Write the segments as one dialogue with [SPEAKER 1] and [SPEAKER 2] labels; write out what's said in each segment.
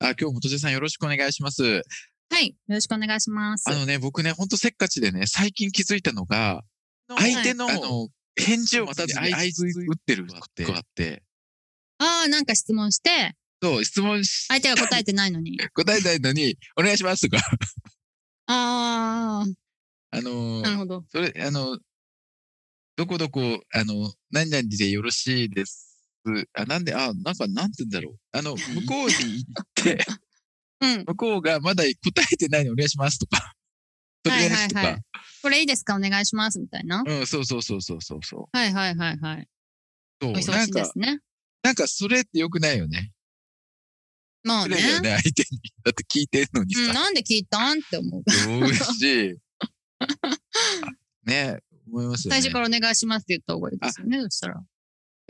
[SPEAKER 1] あ今日もとじさんよろしくお願いします。
[SPEAKER 2] はい。よろしくお願いします
[SPEAKER 1] あ。のね、僕ね、ほんとせっかちでね、最近気づいたのが、
[SPEAKER 2] い
[SPEAKER 1] 相手の、あの返事を待たずに相槌打ってることがあって、
[SPEAKER 2] ああ、なんか質問して、
[SPEAKER 1] そう、質問し、
[SPEAKER 2] 相手が答えてないの に。
[SPEAKER 1] 答えたいのに、お願いしますとか、
[SPEAKER 2] あ
[SPEAKER 1] あの
[SPEAKER 2] あ、な、るほど。
[SPEAKER 1] それ、あの、どこどこ、あの、何々でよろしいです。あ、なんで、あ、なんか、なんて言うんだろう。あの、向こう に行って、
[SPEAKER 2] うん。
[SPEAKER 1] 向こうがまだ答えてないのにお願いしますとか、とりあえずとか、
[SPEAKER 2] はいはいはこれいいですかお願いします。みたいな。
[SPEAKER 1] うん、そうそうそうそうそうそう。
[SPEAKER 2] はいはいはいはい。
[SPEAKER 1] そう
[SPEAKER 2] お忙
[SPEAKER 1] な
[SPEAKER 2] し
[SPEAKER 1] ん
[SPEAKER 2] いで
[SPEAKER 1] か
[SPEAKER 2] す、ね。
[SPEAKER 1] なんかそれって良くないよね。
[SPEAKER 2] まあ
[SPEAKER 1] 失
[SPEAKER 2] ね
[SPEAKER 1] 礼。だよね、相手に。だって聞いてんのに
[SPEAKER 2] うん、
[SPEAKER 1] さ。
[SPEAKER 2] なんで聞いたんって思う。
[SPEAKER 1] どうしい。ね思いますよ
[SPEAKER 2] 最
[SPEAKER 1] ね。
[SPEAKER 2] 初からお願いしますって言った方がいいですよね。そしたら。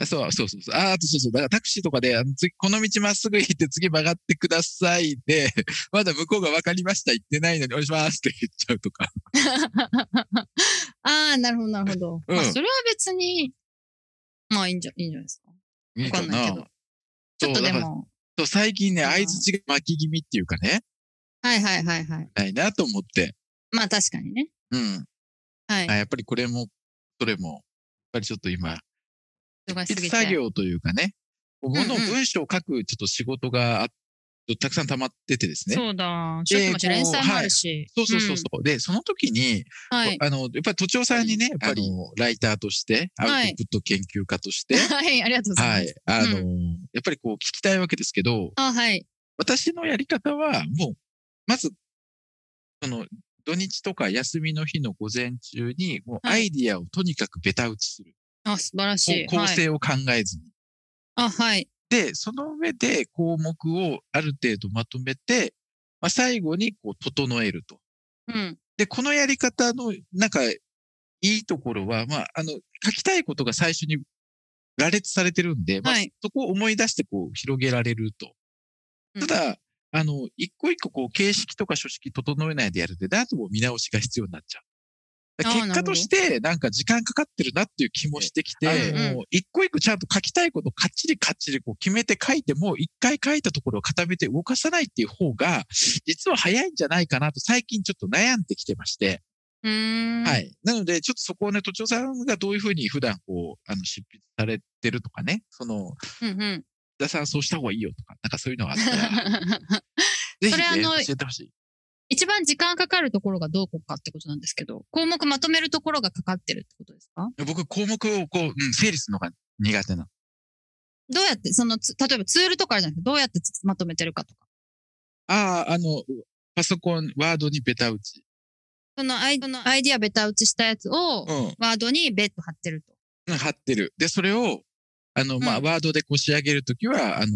[SPEAKER 1] そうそうそうそう。あーあとそうそう。だからタクシーとかで、あの次この道まっすぐ行って次曲がってくださいで、 まだ向こうが分かりました、行ってないのにお願いしますって言っちゃうとか。
[SPEAKER 2] ああ、なるほどなるほど。
[SPEAKER 1] うん
[SPEAKER 2] まあ、それは別に、まあいいんじゃ、いいんじゃないですか。
[SPEAKER 1] いい
[SPEAKER 2] かんないけどちょっと
[SPEAKER 1] そう
[SPEAKER 2] で
[SPEAKER 1] だから
[SPEAKER 2] も。
[SPEAKER 1] そう最近ね、
[SPEAKER 2] うん
[SPEAKER 1] 相槌が巻き気味っていうかね、
[SPEAKER 2] はいはいはいはい。
[SPEAKER 1] ないなと思って。
[SPEAKER 2] まあ確かにね。
[SPEAKER 1] うん。
[SPEAKER 2] はい
[SPEAKER 1] あ。やっぱりこれも、それも、やっぱりちょっと今、
[SPEAKER 2] 忙
[SPEAKER 1] 執筆
[SPEAKER 2] しすぎ
[SPEAKER 1] 作
[SPEAKER 2] て。
[SPEAKER 1] 業というかね、こう
[SPEAKER 2] うんう
[SPEAKER 1] も
[SPEAKER 2] ん
[SPEAKER 1] のを文章を書くちょっと仕事があたくさん溜まっててですね。
[SPEAKER 2] そうだ。ち
[SPEAKER 1] で
[SPEAKER 2] ょっと待って、
[SPEAKER 1] こう
[SPEAKER 2] 連載もあるし。
[SPEAKER 1] そうそうそうそう、で、その時に、
[SPEAKER 2] うん。はい。
[SPEAKER 1] あの、やっぱり都庁さんにね、やっぱりライターとして、アウ
[SPEAKER 2] はい
[SPEAKER 1] トプット研究家として、
[SPEAKER 2] はい、ありがとうござ
[SPEAKER 1] はい
[SPEAKER 2] ます。
[SPEAKER 1] い、あの、やっぱりこう聞きたいわけですけど、
[SPEAKER 2] あ、はい。
[SPEAKER 1] 私のやり方は、もう、まず、その、土日とか休みの日の午前中に、もうア
[SPEAKER 2] はい
[SPEAKER 1] イディアをとにかくベタ打ちする。
[SPEAKER 2] あ、素晴らしい。
[SPEAKER 1] こう構
[SPEAKER 2] はい、
[SPEAKER 1] 成を考えずに。
[SPEAKER 2] あ、はい。
[SPEAKER 1] で、その上で項目をある程度まとめて、まあ、最後にこう整えると。
[SPEAKER 2] うん。
[SPEAKER 1] で、このやり方の、なんか、いいところは、まあ、あの、書きたいことが最初に羅列されてるんで、まあ
[SPEAKER 2] はい
[SPEAKER 1] そこを思い出してこう広げられると。
[SPEAKER 2] うん
[SPEAKER 1] ただ、あの、一個一個こう形式とか書式整えないでやるで、あとも見直しが必要になっちゃう。だから
[SPEAKER 2] あ
[SPEAKER 1] 結
[SPEAKER 2] ーな
[SPEAKER 1] 果
[SPEAKER 2] るほ
[SPEAKER 1] と
[SPEAKER 2] ど
[SPEAKER 1] して、なんか時間かかってるなっていう気もしてきて、
[SPEAKER 2] うんうん
[SPEAKER 1] もう一個一個ちゃんと書きたいことかっちりかっちりこう決めて書いても、一回書いたところを固めて動かさないっていう方が、実は早いんじゃないかなと最近ちょっと悩んできてまして、
[SPEAKER 2] うーん。。
[SPEAKER 1] はいい。なので、ちょっとそこをね、都庁さんがどういうふうに普段こう、あの、執筆されてるとかね、その、
[SPEAKER 2] うんうん。
[SPEAKER 1] 津田さんそうした方がいいよとか、なんかそういうのがあったら、ぜひ
[SPEAKER 2] それあ
[SPEAKER 1] ね、
[SPEAKER 2] の
[SPEAKER 1] 教えてほしい。
[SPEAKER 2] 一番時間かかるところがどこかってことなんですけど、項目まとめるところがかかってるってことですか
[SPEAKER 1] 僕、項目をこう、うん、整理するのが苦手なの。
[SPEAKER 2] どうやって、そのつ、例えばツールとかあるじゃなくて、どうやってつまとめてるかとか。
[SPEAKER 1] ああ、あの、パソコン、ワードにベタ打ち。
[SPEAKER 2] そのアイそのアイディアベタ打ちしたやつを
[SPEAKER 1] う、ん
[SPEAKER 2] ワードにベッド貼ってると。
[SPEAKER 1] うん、貼ってる。で、それを、あの、まあ、
[SPEAKER 2] うん
[SPEAKER 1] ワードでこう仕上げるときは、あの、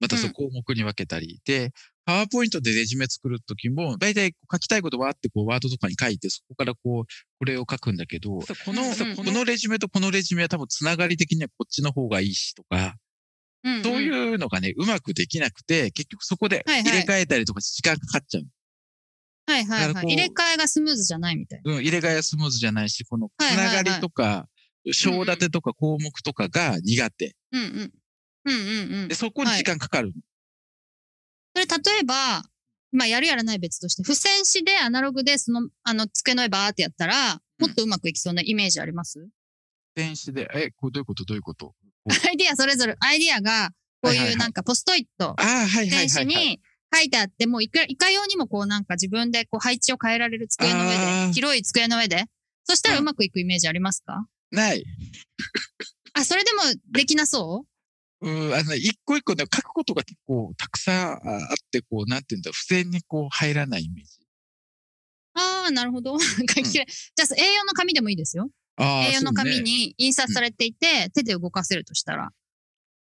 [SPEAKER 1] またそうう項目に分けたり、で、パワーポイントでレジュメ作るときも、だいたい書きたいことはあって、こう、ワードとかに書いて、そこからこう、これを書くんだけど、この、
[SPEAKER 2] うんうんうん
[SPEAKER 1] このレジュメとこのレジュメは多分つながり的にはこっちの方がいいしとか、
[SPEAKER 2] うん、うん。
[SPEAKER 1] そう
[SPEAKER 2] う。
[SPEAKER 1] いうのがね、うまくできなくて、結局そこで
[SPEAKER 2] はいはい
[SPEAKER 1] 入れ替えたりとか時間かかっちゃう。
[SPEAKER 2] はいはい
[SPEAKER 1] だから
[SPEAKER 2] は
[SPEAKER 1] こ
[SPEAKER 2] い。
[SPEAKER 1] う
[SPEAKER 2] 入れ替えがスムーズじゃないみたいな。
[SPEAKER 1] うん、入れ替えはスムーズじゃないし、このつ
[SPEAKER 2] はいはい
[SPEAKER 1] な
[SPEAKER 2] は
[SPEAKER 1] が
[SPEAKER 2] い
[SPEAKER 1] りとか、章立てとか項目とかが苦手。
[SPEAKER 2] うんうん。うんうんうん
[SPEAKER 1] で、。そこに時間かかるの。
[SPEAKER 2] それ例えば、まあやるやらない別として、付箋紙でアナログでその、あの、机の上バーってやったら、もっとうまくいきそうなイメージあります、
[SPEAKER 1] 電子で、え、これどういうことどういうこと
[SPEAKER 2] アイディアそれぞれ、アイディアが、こう
[SPEAKER 1] はいはいはいいう
[SPEAKER 2] なんかポストイット、
[SPEAKER 1] ああ、はいはいは
[SPEAKER 2] 電子
[SPEAKER 1] い、はい。
[SPEAKER 2] に書いてあって、もういかいかようにもこうなんか自分でこう配置を変えられる机の上
[SPEAKER 1] あー
[SPEAKER 2] で、広い机の上で、そしたら
[SPEAKER 1] う
[SPEAKER 2] うんまくいくイメージありますか
[SPEAKER 1] ない。
[SPEAKER 2] あ、それでもできなそう
[SPEAKER 1] うん、あの、一個一個ね、書くことが結構たくさんああって、こう、なんていうんだ、付箋にこう入らないイメージ。
[SPEAKER 2] ああ、なるほど。 書き切れじゃあ A4 の紙でもいいですよ。
[SPEAKER 1] ああ、
[SPEAKER 2] A4 の
[SPEAKER 1] そう
[SPEAKER 2] 紙
[SPEAKER 1] ね
[SPEAKER 2] に印刷されていて、手で動かせるとしたら。
[SPEAKER 1] あ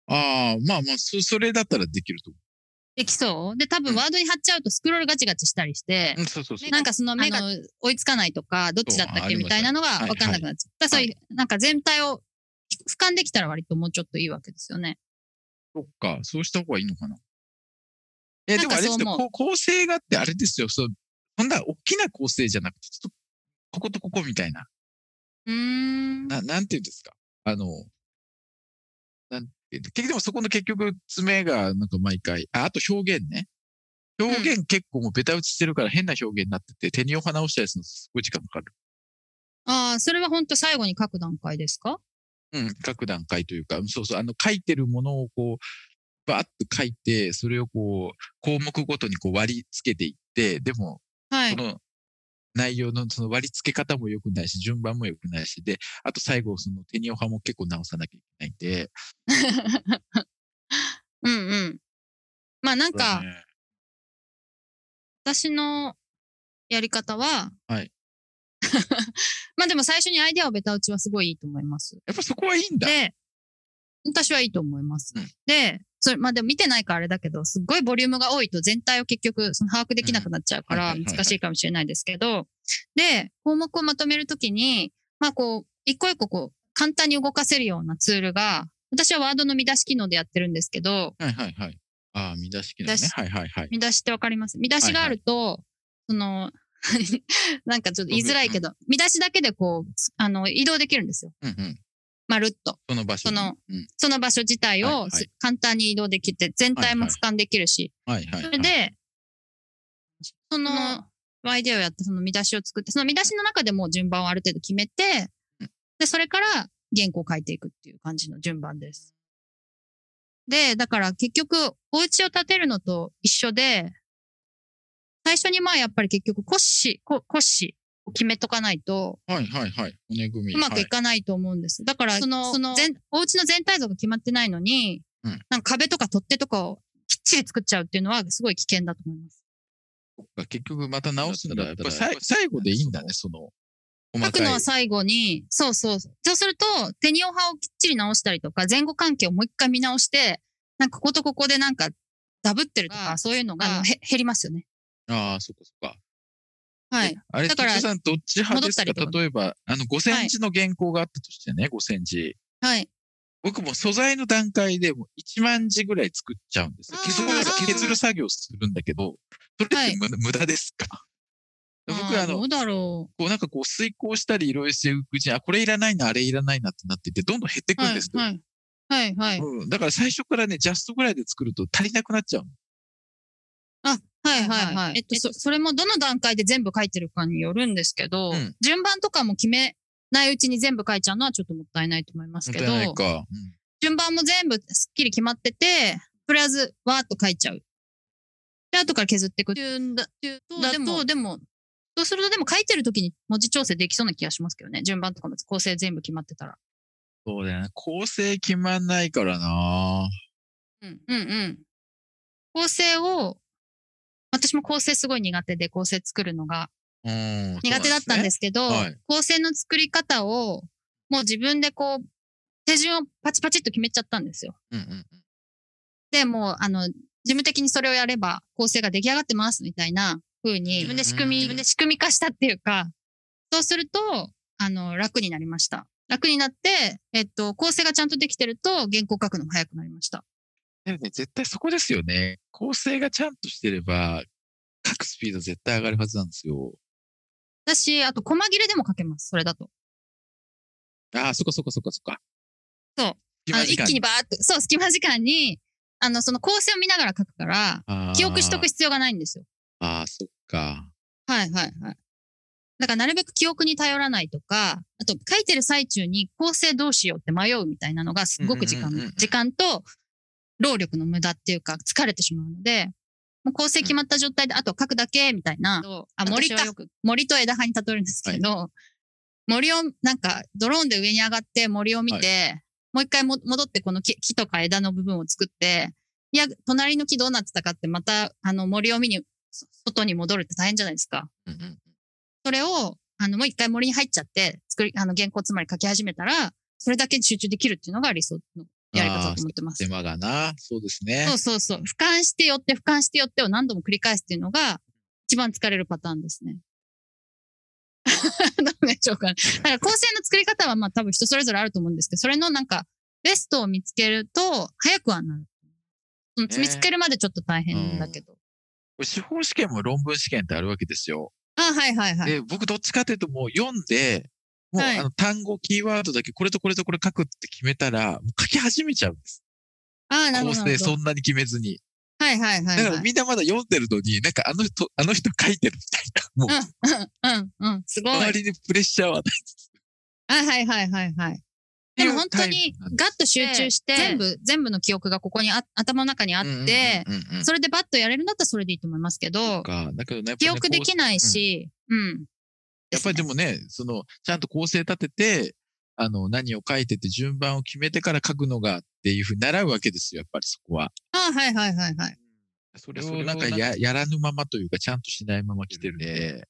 [SPEAKER 1] あ、まあまあ、そ、それだったらできると思
[SPEAKER 2] できそうで、多分ワードに貼っちゃうとスクロールガチガチしたりして、
[SPEAKER 1] うんそうそうそう。
[SPEAKER 2] なんかその目が追いつかないとか、どっちだったっけみたいなのが
[SPEAKER 1] はい
[SPEAKER 2] 分かんなくなっちゃう。だからそういう、なんか全体を俯瞰できたら割ともうちょっといいわけですよね。
[SPEAKER 1] そっか、そうした方がいいのかな。え、
[SPEAKER 2] な
[SPEAKER 1] で
[SPEAKER 2] ん
[SPEAKER 1] も
[SPEAKER 2] か
[SPEAKER 1] あれです
[SPEAKER 2] そう
[SPEAKER 1] よ、
[SPEAKER 2] 思
[SPEAKER 1] こ構成があってあれですよ、そうそんな大きな構成じゃなくて、ちょっと、こことここみたいな。
[SPEAKER 2] うーん。
[SPEAKER 1] な、なんていうんですか。あの、なんていうんだ結局でもそこの結局、爪がなんか毎回、あ、あと表現ね。表現結構もうベタ打ちしてるから変な表現になってて、手にお花をしたりするのすごい時間かかる。
[SPEAKER 2] ああ、それは本当最後に書く段階ですか
[SPEAKER 1] うん、各段階というか、そうそう、あの、書いてるものをこう、バーッと書いて、それをこう、項目ごとにこう割り付けていって、でも、
[SPEAKER 2] は
[SPEAKER 1] そ
[SPEAKER 2] い。
[SPEAKER 1] の内容のその割り付け方も良くないし、順番も良くないし、で、あと最後、その手におはも結構直さなきゃいけないんで。
[SPEAKER 2] うんうん。まあなんか、
[SPEAKER 1] ね
[SPEAKER 2] 私のやり方は、
[SPEAKER 1] はい。
[SPEAKER 2] まあでも最初にアイデアをベタ打ちはすごいいいと思います。
[SPEAKER 1] やっぱそこはいいんだ。
[SPEAKER 2] で、私はいいと思います。
[SPEAKER 1] うん
[SPEAKER 2] で、それ、まあでも見てないからあれだけど、すっごいボリュームが多いと全体を結局その把握できなくなっちゃうか
[SPEAKER 1] うんは
[SPEAKER 2] ら
[SPEAKER 1] いはいはいはい
[SPEAKER 2] 難しいかもしれないですけど、で、項目をまとめるときに、まあこう、一個一個こう、簡単に動かせるようなツールが、私はワードの見出し機能でやってるんですけど、
[SPEAKER 1] はいはいはい。ああ、見出し機能
[SPEAKER 2] 見
[SPEAKER 1] ね
[SPEAKER 2] 出し。
[SPEAKER 1] はいはいはい。
[SPEAKER 2] 見出しってわかります見出しがあると、その、 なんかちょっと言いづらいけど、見出しだけでこう、あの、移動できるんですよ。
[SPEAKER 1] うんうん。
[SPEAKER 2] まるっと。
[SPEAKER 1] その場所。
[SPEAKER 2] その
[SPEAKER 1] うん。
[SPEAKER 2] その場所自体
[SPEAKER 1] はいは
[SPEAKER 2] を
[SPEAKER 1] い
[SPEAKER 2] す簡単に移動できて、全体も
[SPEAKER 1] はい
[SPEAKER 2] 俯瞰できるし。
[SPEAKER 1] はいはい、はい。
[SPEAKER 2] それで、その
[SPEAKER 3] うん、
[SPEAKER 2] アイデアをやって、その見出しを作って、その見出しの中でもう順番をある程度決めて
[SPEAKER 1] うん、
[SPEAKER 2] で、それから原稿を書いていくっていう感じの順番です。で、だから結局、お家を建てるのと一緒で、最初にまあやっぱり結局、骨子、こ骨子を決めとかないと、
[SPEAKER 1] はいはいはい。骨組み。
[SPEAKER 2] うまくい
[SPEAKER 1] は
[SPEAKER 2] かないと思うんです。だから、その、その全、お家の全体像が決まってないのに、
[SPEAKER 1] うん
[SPEAKER 2] なんか壁とか取っ手とかをきっちり作っちゃうっていうのはすごい危険だと思います。
[SPEAKER 1] い結局また直すんだ。や
[SPEAKER 4] だ
[SPEAKER 1] っ
[SPEAKER 4] った
[SPEAKER 1] ぱ
[SPEAKER 4] ら
[SPEAKER 1] さい最後でいいんだね、その。細
[SPEAKER 2] 書く
[SPEAKER 1] か
[SPEAKER 2] の
[SPEAKER 1] い
[SPEAKER 2] は。最後に、そうそう。そうすると、手におはをきっちり直したりとか、前後関係をもう一回見直して、なんかこことここでなんかダブってるとか、そういうのがあのへ減りますよね。
[SPEAKER 1] ああ、そこそこ。
[SPEAKER 2] は
[SPEAKER 1] で
[SPEAKER 2] い。。
[SPEAKER 1] あれ、
[SPEAKER 2] だ
[SPEAKER 1] だ
[SPEAKER 2] か
[SPEAKER 1] かららさんどっち派ですか
[SPEAKER 2] 戻ったりとか
[SPEAKER 1] 例えば、あの、5センチの原稿があったとしてね、5センチ。
[SPEAKER 2] はい。
[SPEAKER 1] 僕も素材の段階でもう1万字ぐらい作っちゃうんですよ。
[SPEAKER 2] あー
[SPEAKER 1] 削る
[SPEAKER 2] あー
[SPEAKER 1] 削る作業するんだけど、それって
[SPEAKER 2] はい
[SPEAKER 1] 無,、無駄ですか僕
[SPEAKER 2] ー
[SPEAKER 1] あの
[SPEAKER 2] ど、うだろ。
[SPEAKER 1] こうなんかこう遂行したりいろいろしていくうちに、あ、これいらないな、あれいらないなってなっていって、どんどん減っていうくん
[SPEAKER 2] はい
[SPEAKER 1] です。よ。
[SPEAKER 2] はい。はい。はい。
[SPEAKER 1] うん、だから最初からね、ジャストぐらいで作ると足りなくなっちゃう。
[SPEAKER 2] は
[SPEAKER 3] は
[SPEAKER 2] いはいい
[SPEAKER 3] は
[SPEAKER 2] はいい。えっと、そそれもどの段階で全部書いてるかによるんですけど、
[SPEAKER 1] うん
[SPEAKER 2] 順番とかも決めないうちに全部書いちゃうのはちょっともったいないと思いますけど
[SPEAKER 1] もったいない、か。うん
[SPEAKER 2] 順番も全部すっきり決まってて、とりあえずわーっと書いちゃう。で、後から削っていくっていうんだ、っていうと、
[SPEAKER 3] だと
[SPEAKER 2] でも、でも、そうするとでも書いてる時に文字調整できそうな気がしますけどね。順番とかも構成全部決まってたら。
[SPEAKER 1] そうだよね。構成決まんないからな
[SPEAKER 2] うん、うん、うん。構成を、私も構成すごい苦手で構成作るのが
[SPEAKER 1] うん。。
[SPEAKER 2] 苦手だったんですすけど、
[SPEAKER 1] はい
[SPEAKER 2] 構成の作り方を、もう自分でこう、手順をパチパチっと決めちゃったんですよ。
[SPEAKER 1] うんうん。
[SPEAKER 2] で、もう、あの、事務的にそれをやれば構成が出来上がってますみたいな風に、
[SPEAKER 1] 自分
[SPEAKER 2] 自分
[SPEAKER 1] で
[SPEAKER 2] で
[SPEAKER 1] 仕
[SPEAKER 2] 仕
[SPEAKER 1] 組
[SPEAKER 2] 組
[SPEAKER 1] み
[SPEAKER 2] み、自分で仕組み化したっていうか、そうすると、あの、楽になりました。楽になって、えっと、構成がちゃんとできてると、原稿書くのも早くなりました。
[SPEAKER 1] でもね、絶対そこですよね。構成がちゃんとしてれば、書くスピード絶対上がるはずなんですよ。
[SPEAKER 2] だし、あと、細切れでも書けます、それだと。
[SPEAKER 1] ああ、そこそこそこそこ。
[SPEAKER 2] そう。
[SPEAKER 1] 隙
[SPEAKER 2] あの
[SPEAKER 1] 間時
[SPEAKER 2] 一
[SPEAKER 1] 間
[SPEAKER 2] 気にバーっと、そう、隙間時間に、あの、その構成を見ながら書くから、
[SPEAKER 1] あー
[SPEAKER 2] 記憶しとく。必要がないんですよ。
[SPEAKER 1] ああ、そっか。
[SPEAKER 2] はいはいはい。だからなるべく記憶に頼らないとか、あと書いてる最中に構成どうしようって迷うみたいなのがすごく時間、
[SPEAKER 1] うんうんうんうん
[SPEAKER 2] 時間と労力の無駄っていうか疲れてしまうので、もう構成決まった状態で、あと書くだけみたいな、あ、森
[SPEAKER 3] 私は
[SPEAKER 2] か
[SPEAKER 3] よく、
[SPEAKER 2] 森と枝葉に例えるんですけど、森を、なんかドローンで上に上がって森を見て、もう一回も戻ってこの木木とか枝の部分を作って、いや、隣の木どうなってたかってまた、あの森を見に、そ外に戻るって大変じゃないですか。
[SPEAKER 1] うんうん
[SPEAKER 2] それを、あの、もう一回森に入っちゃって、作り、あの、原稿つまり書き始めたら、それだけに集中できるっていうのが理想のやり方だと思ってます。
[SPEAKER 1] 手間がな。そうですね。
[SPEAKER 2] そうそうそう。俯瞰して寄って、俯瞰して寄ってを何度も繰り返すっていうのが、一番疲れるパターンですね。 なんでしょうかね。なんか構成の作り方はまあ多分人それぞれあると思うんですけど、それのなんか、ベストを見つけると、早くはなる。その
[SPEAKER 1] ね
[SPEAKER 2] 見つけるまでちょっと大変だけど。
[SPEAKER 1] 司法試験も論文試験ってあるわけですよ。
[SPEAKER 2] あ、はいはいはい。
[SPEAKER 1] で、僕どっちかっていうともう読んで、もう
[SPEAKER 2] はい
[SPEAKER 1] あの単語、キーワードだけこれとこれとこれ書くって決めたら、もう書き始めちゃうんです。
[SPEAKER 2] ああ、なる
[SPEAKER 1] 構
[SPEAKER 2] ほどな
[SPEAKER 1] 成
[SPEAKER 2] るほ
[SPEAKER 1] そ
[SPEAKER 2] ど。
[SPEAKER 1] んなに決めずに。
[SPEAKER 2] はいはいは
[SPEAKER 1] だ
[SPEAKER 2] い、
[SPEAKER 1] か
[SPEAKER 2] は
[SPEAKER 1] ら
[SPEAKER 2] い。
[SPEAKER 1] みんなまだ読んでるのに、なんかあの人、あの人書いてるみたいな。もう
[SPEAKER 2] うんうん、すごい。
[SPEAKER 1] 周りにプレッシャーはない。
[SPEAKER 2] あはいはいはいはい。でも本当にガッと集中して、
[SPEAKER 3] 全
[SPEAKER 2] 全部、全部の記憶がここにあ、頭の中にあって、
[SPEAKER 1] うんうんうんうん
[SPEAKER 2] それでバッとやれるんだったらそれでいいと思いますけ
[SPEAKER 1] そ
[SPEAKER 2] ど
[SPEAKER 1] う、かだけどね、やっぱ
[SPEAKER 2] 記
[SPEAKER 1] ね
[SPEAKER 2] 憶で
[SPEAKER 1] こう
[SPEAKER 2] きないし、うん。
[SPEAKER 1] やっぱりで
[SPEAKER 2] も、
[SPEAKER 1] もね、その、ちゃんと構成立てて、あの、何を書いてって順番を決めてから書くのがっていうふうに習うわけですよ、やっぱりそこは。
[SPEAKER 2] あはいはいはいはい。
[SPEAKER 1] それをなんかややらぬままというか、ちゃんとしないまま来てるんで、
[SPEAKER 2] で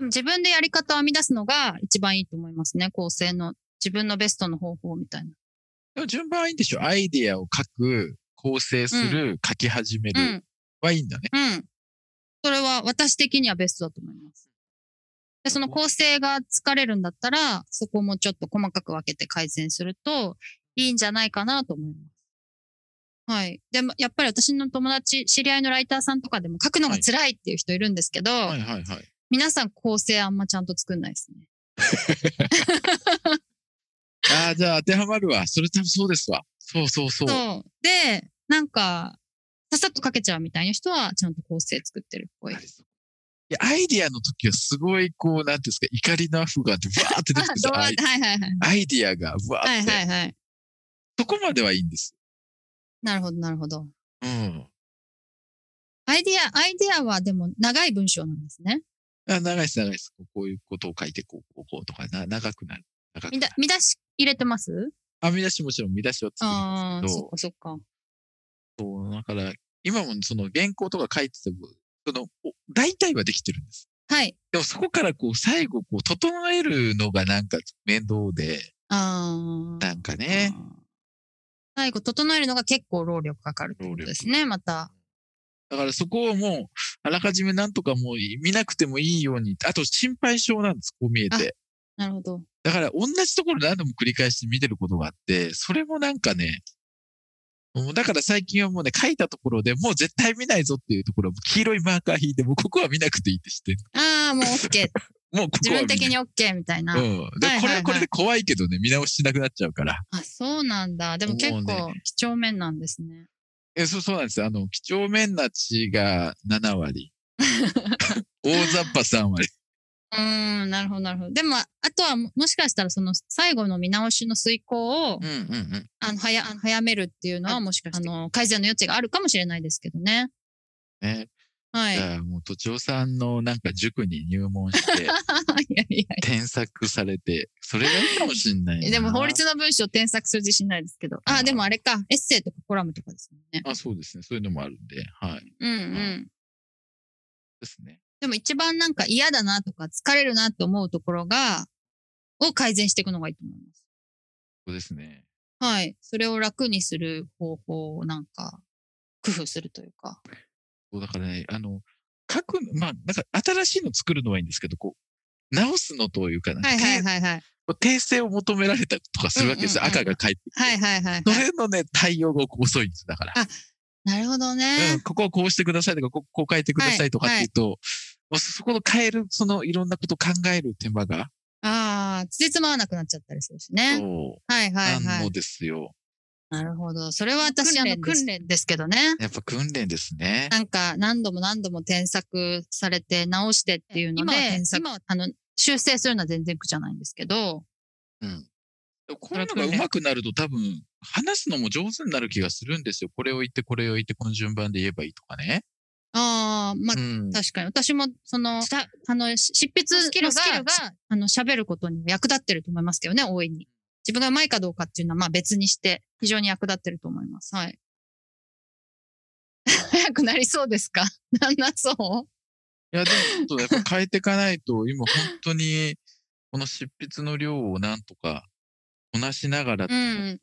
[SPEAKER 2] も自分でやり方を編み出すのが一番いいと思いますね。構成の、自分のベストの方法みたいな。
[SPEAKER 1] でも順番はいいんでしょアイディアを書く、構成する、書き始め
[SPEAKER 2] う
[SPEAKER 1] る
[SPEAKER 2] ん、
[SPEAKER 1] はいいんだね。
[SPEAKER 2] うん。それは私的にはベストだと思います。で、その構成が疲れるんだったら、そこもちょっと細かく分けて改善するといいんじゃないかなと思います。はい。でも、やっぱり私の友達、知り合いのライターさんとかでも書くのが辛いっていう人いるんですけど、
[SPEAKER 1] はいはいはい。
[SPEAKER 2] 皆さん構成あんまちゃんと作んないですね。
[SPEAKER 1] ああ、じゃあ当てはまるわ。それ多分そうですわ。そうそうそう。
[SPEAKER 2] そう。で、なんか、さっさと書けちゃうみたいな人は、ちゃんと構成作ってるっ ぽい。
[SPEAKER 1] いやアイディアの時はすごい、こう、なんていうんですか、怒りのアフがって、わーって出てくるんです
[SPEAKER 2] ど
[SPEAKER 1] よ
[SPEAKER 2] う
[SPEAKER 1] ア
[SPEAKER 2] はい
[SPEAKER 1] イ
[SPEAKER 2] はいはい。
[SPEAKER 1] アイディアが、わ
[SPEAKER 2] は
[SPEAKER 1] ー
[SPEAKER 2] い
[SPEAKER 1] って。
[SPEAKER 2] はいはい。
[SPEAKER 1] そこまではいいんです。
[SPEAKER 2] なるほど、なるほど。
[SPEAKER 1] うん。
[SPEAKER 2] アイディア、アイディアはでも長い文章なんですね。
[SPEAKER 1] あ長いです、長いです。こういうことを書いて、こう、こう、こうとか、な長くなる。長く
[SPEAKER 2] 見
[SPEAKER 1] な
[SPEAKER 2] だ
[SPEAKER 1] る。
[SPEAKER 2] 見出し入れてます
[SPEAKER 1] あ、見出しもちろん見出しは作る
[SPEAKER 2] あ
[SPEAKER 1] ん
[SPEAKER 2] あー、
[SPEAKER 1] です
[SPEAKER 2] そ
[SPEAKER 1] け
[SPEAKER 2] っかそっか。
[SPEAKER 1] ど、そうだから、今もその原稿とか書いてても、その、お大体はできてるんです。
[SPEAKER 2] はい。
[SPEAKER 1] でもそこからこう、最後、こう、整えるのがなんか面倒で、
[SPEAKER 2] ああ。
[SPEAKER 1] なんかね、
[SPEAKER 2] 最後、整えるのが結構労力かかるってことですね、また。
[SPEAKER 1] だからそこをもう、あらかじめなんとかもう見なくてもいいように、あと心配性なんです、こう見えて。
[SPEAKER 2] なるほど。
[SPEAKER 1] だから同じところ何度も繰り返して見てることがあって、それもなんかね、もうだから最近はもうね、書いたところでもう絶対見ないぞっていうところを黄色いマーカー引いて、もうここは見なくていいって知ってる
[SPEAKER 2] ああ、も う OK。
[SPEAKER 1] もうこ
[SPEAKER 2] 自
[SPEAKER 1] こは見
[SPEAKER 2] 分
[SPEAKER 1] ない
[SPEAKER 2] 的に OK みたいな。
[SPEAKER 1] うん。で
[SPEAKER 2] はいはいはい、
[SPEAKER 1] これはこれで怖いけどね、見直しなくなっちゃうから。
[SPEAKER 2] あ、そうなんだ。でも結
[SPEAKER 1] もう
[SPEAKER 2] 構、几帳面なんですね。
[SPEAKER 1] え、そう、そうなんですよ。あの、几帳面な血が7割。大雑把3割。
[SPEAKER 2] うーん、なるほど、なるほど。でも、あとはも、もしかしたら、その、最後の見直しの遂行
[SPEAKER 1] う
[SPEAKER 2] を、
[SPEAKER 1] んうんうん。
[SPEAKER 2] あの、早、あの早めるっていうのは、もしかして、あの、改善の余地があるかもしれないですけどね。
[SPEAKER 1] ね。
[SPEAKER 2] はい。
[SPEAKER 1] じゃあもう、都庁さんのなんか塾に入門して、
[SPEAKER 2] いやい
[SPEAKER 1] 添削されて、それがいいかもしんないな。
[SPEAKER 2] や。でも法律の文章を添削する自信ないですけど。
[SPEAKER 1] あ
[SPEAKER 2] あ、
[SPEAKER 1] ー
[SPEAKER 2] でもあれか。エッセイとかコラムとかですもんね。
[SPEAKER 1] あ、そうですね。そういうのもあるんで、はい。
[SPEAKER 2] うんう。
[SPEAKER 1] うんですね。
[SPEAKER 2] でも一番なんか嫌だなとか疲れるなって思うところが、を改善していくのがいいと思います。
[SPEAKER 1] そうですね。
[SPEAKER 2] はい。それを楽にする方法をなんか、工夫するというか。
[SPEAKER 1] そうだからね、あの、書く、まあ、なんか新しいの作るのはいいんですけど、こう、直すのというかなんか、
[SPEAKER 2] はいはいはいはい。
[SPEAKER 1] て訂正を求められたりとかするわけですよ。
[SPEAKER 2] うんうんうん
[SPEAKER 1] 赤が返ってきて。
[SPEAKER 2] はいはいはい
[SPEAKER 1] そ
[SPEAKER 2] はい。
[SPEAKER 1] れのね、対応が遅いんです、だから。
[SPEAKER 2] あなるほど
[SPEAKER 1] う
[SPEAKER 2] ね
[SPEAKER 1] ん、。ここをこうしてくださいとか、こここう変えてくださいとかっていうと、もうそこの変える、そのいろんなことを考える手間が、
[SPEAKER 2] ああ、つじつまわなくなっちゃったりするしね。
[SPEAKER 1] そう、
[SPEAKER 2] はいはい
[SPEAKER 1] な
[SPEAKER 2] は
[SPEAKER 1] の
[SPEAKER 2] い。
[SPEAKER 1] ですよ。
[SPEAKER 2] なるほど。それは私、あの、訓練ですけどね。
[SPEAKER 1] やっぱ訓練ですね。
[SPEAKER 2] なんか何度も何度も添削されて直してっていうの
[SPEAKER 3] 今
[SPEAKER 2] で、
[SPEAKER 3] は添削
[SPEAKER 2] 今はあの修正するのは全然苦じゃないんですけど、
[SPEAKER 1] こういうのが上手くなると多分、話すのも上手になる気がするんですよ。これを言って、これを言って、この順番で言えばいいとかね。
[SPEAKER 2] ああ、まあ、
[SPEAKER 1] うん
[SPEAKER 2] 確かに私もその、したあの、し執筆のスキルが、あの、喋ることにも役立ってると思いますけどね、大いに。自分が上手いかどうかっていうのはまあ別にして、非常に役立ってると思います。はい。 早くなりそうですか なんなそう
[SPEAKER 1] いや、でもちょっとやっぱ変えていかないと、今本当に、この執筆の量をなんとかこなしながら、
[SPEAKER 2] うん。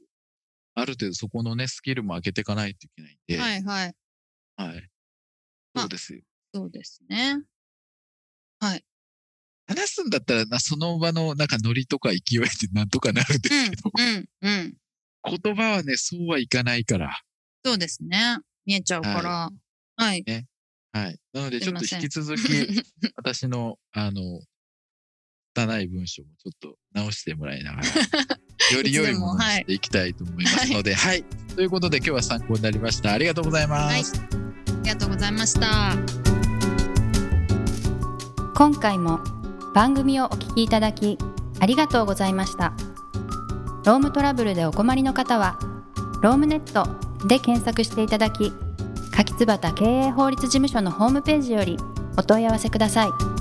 [SPEAKER 1] ある程度そこのね、スキルも上げていかないといけないんで、
[SPEAKER 2] はいはい。
[SPEAKER 1] はい。
[SPEAKER 2] まあ
[SPEAKER 1] そうですよ。
[SPEAKER 2] そうですね。
[SPEAKER 1] 話すんだったらな、その場のなんかノリとか勢いでなんとかなるんですけど、
[SPEAKER 2] うん、うん。
[SPEAKER 1] 言葉はね、そうはいかないから。
[SPEAKER 2] そうですね。見えちゃうから。はい。
[SPEAKER 1] はい。なので、ち
[SPEAKER 2] すい
[SPEAKER 1] ょっ
[SPEAKER 2] ま
[SPEAKER 1] と
[SPEAKER 2] せん
[SPEAKER 1] 引き続き、 私の、あの、拙い文章もちょっと直してもらいな がら、より良いものにしていきたいと思いますので、はい、ということで、今日は参考になりました。ありがとうございます。
[SPEAKER 2] はいありがとうございました。
[SPEAKER 3] 今回も番組をお聞きいただきありがとうございましたロームトラブルでお困りの方はロームネットで検索していただき柿椿経営法律事務所のホームページよりお問い合わせください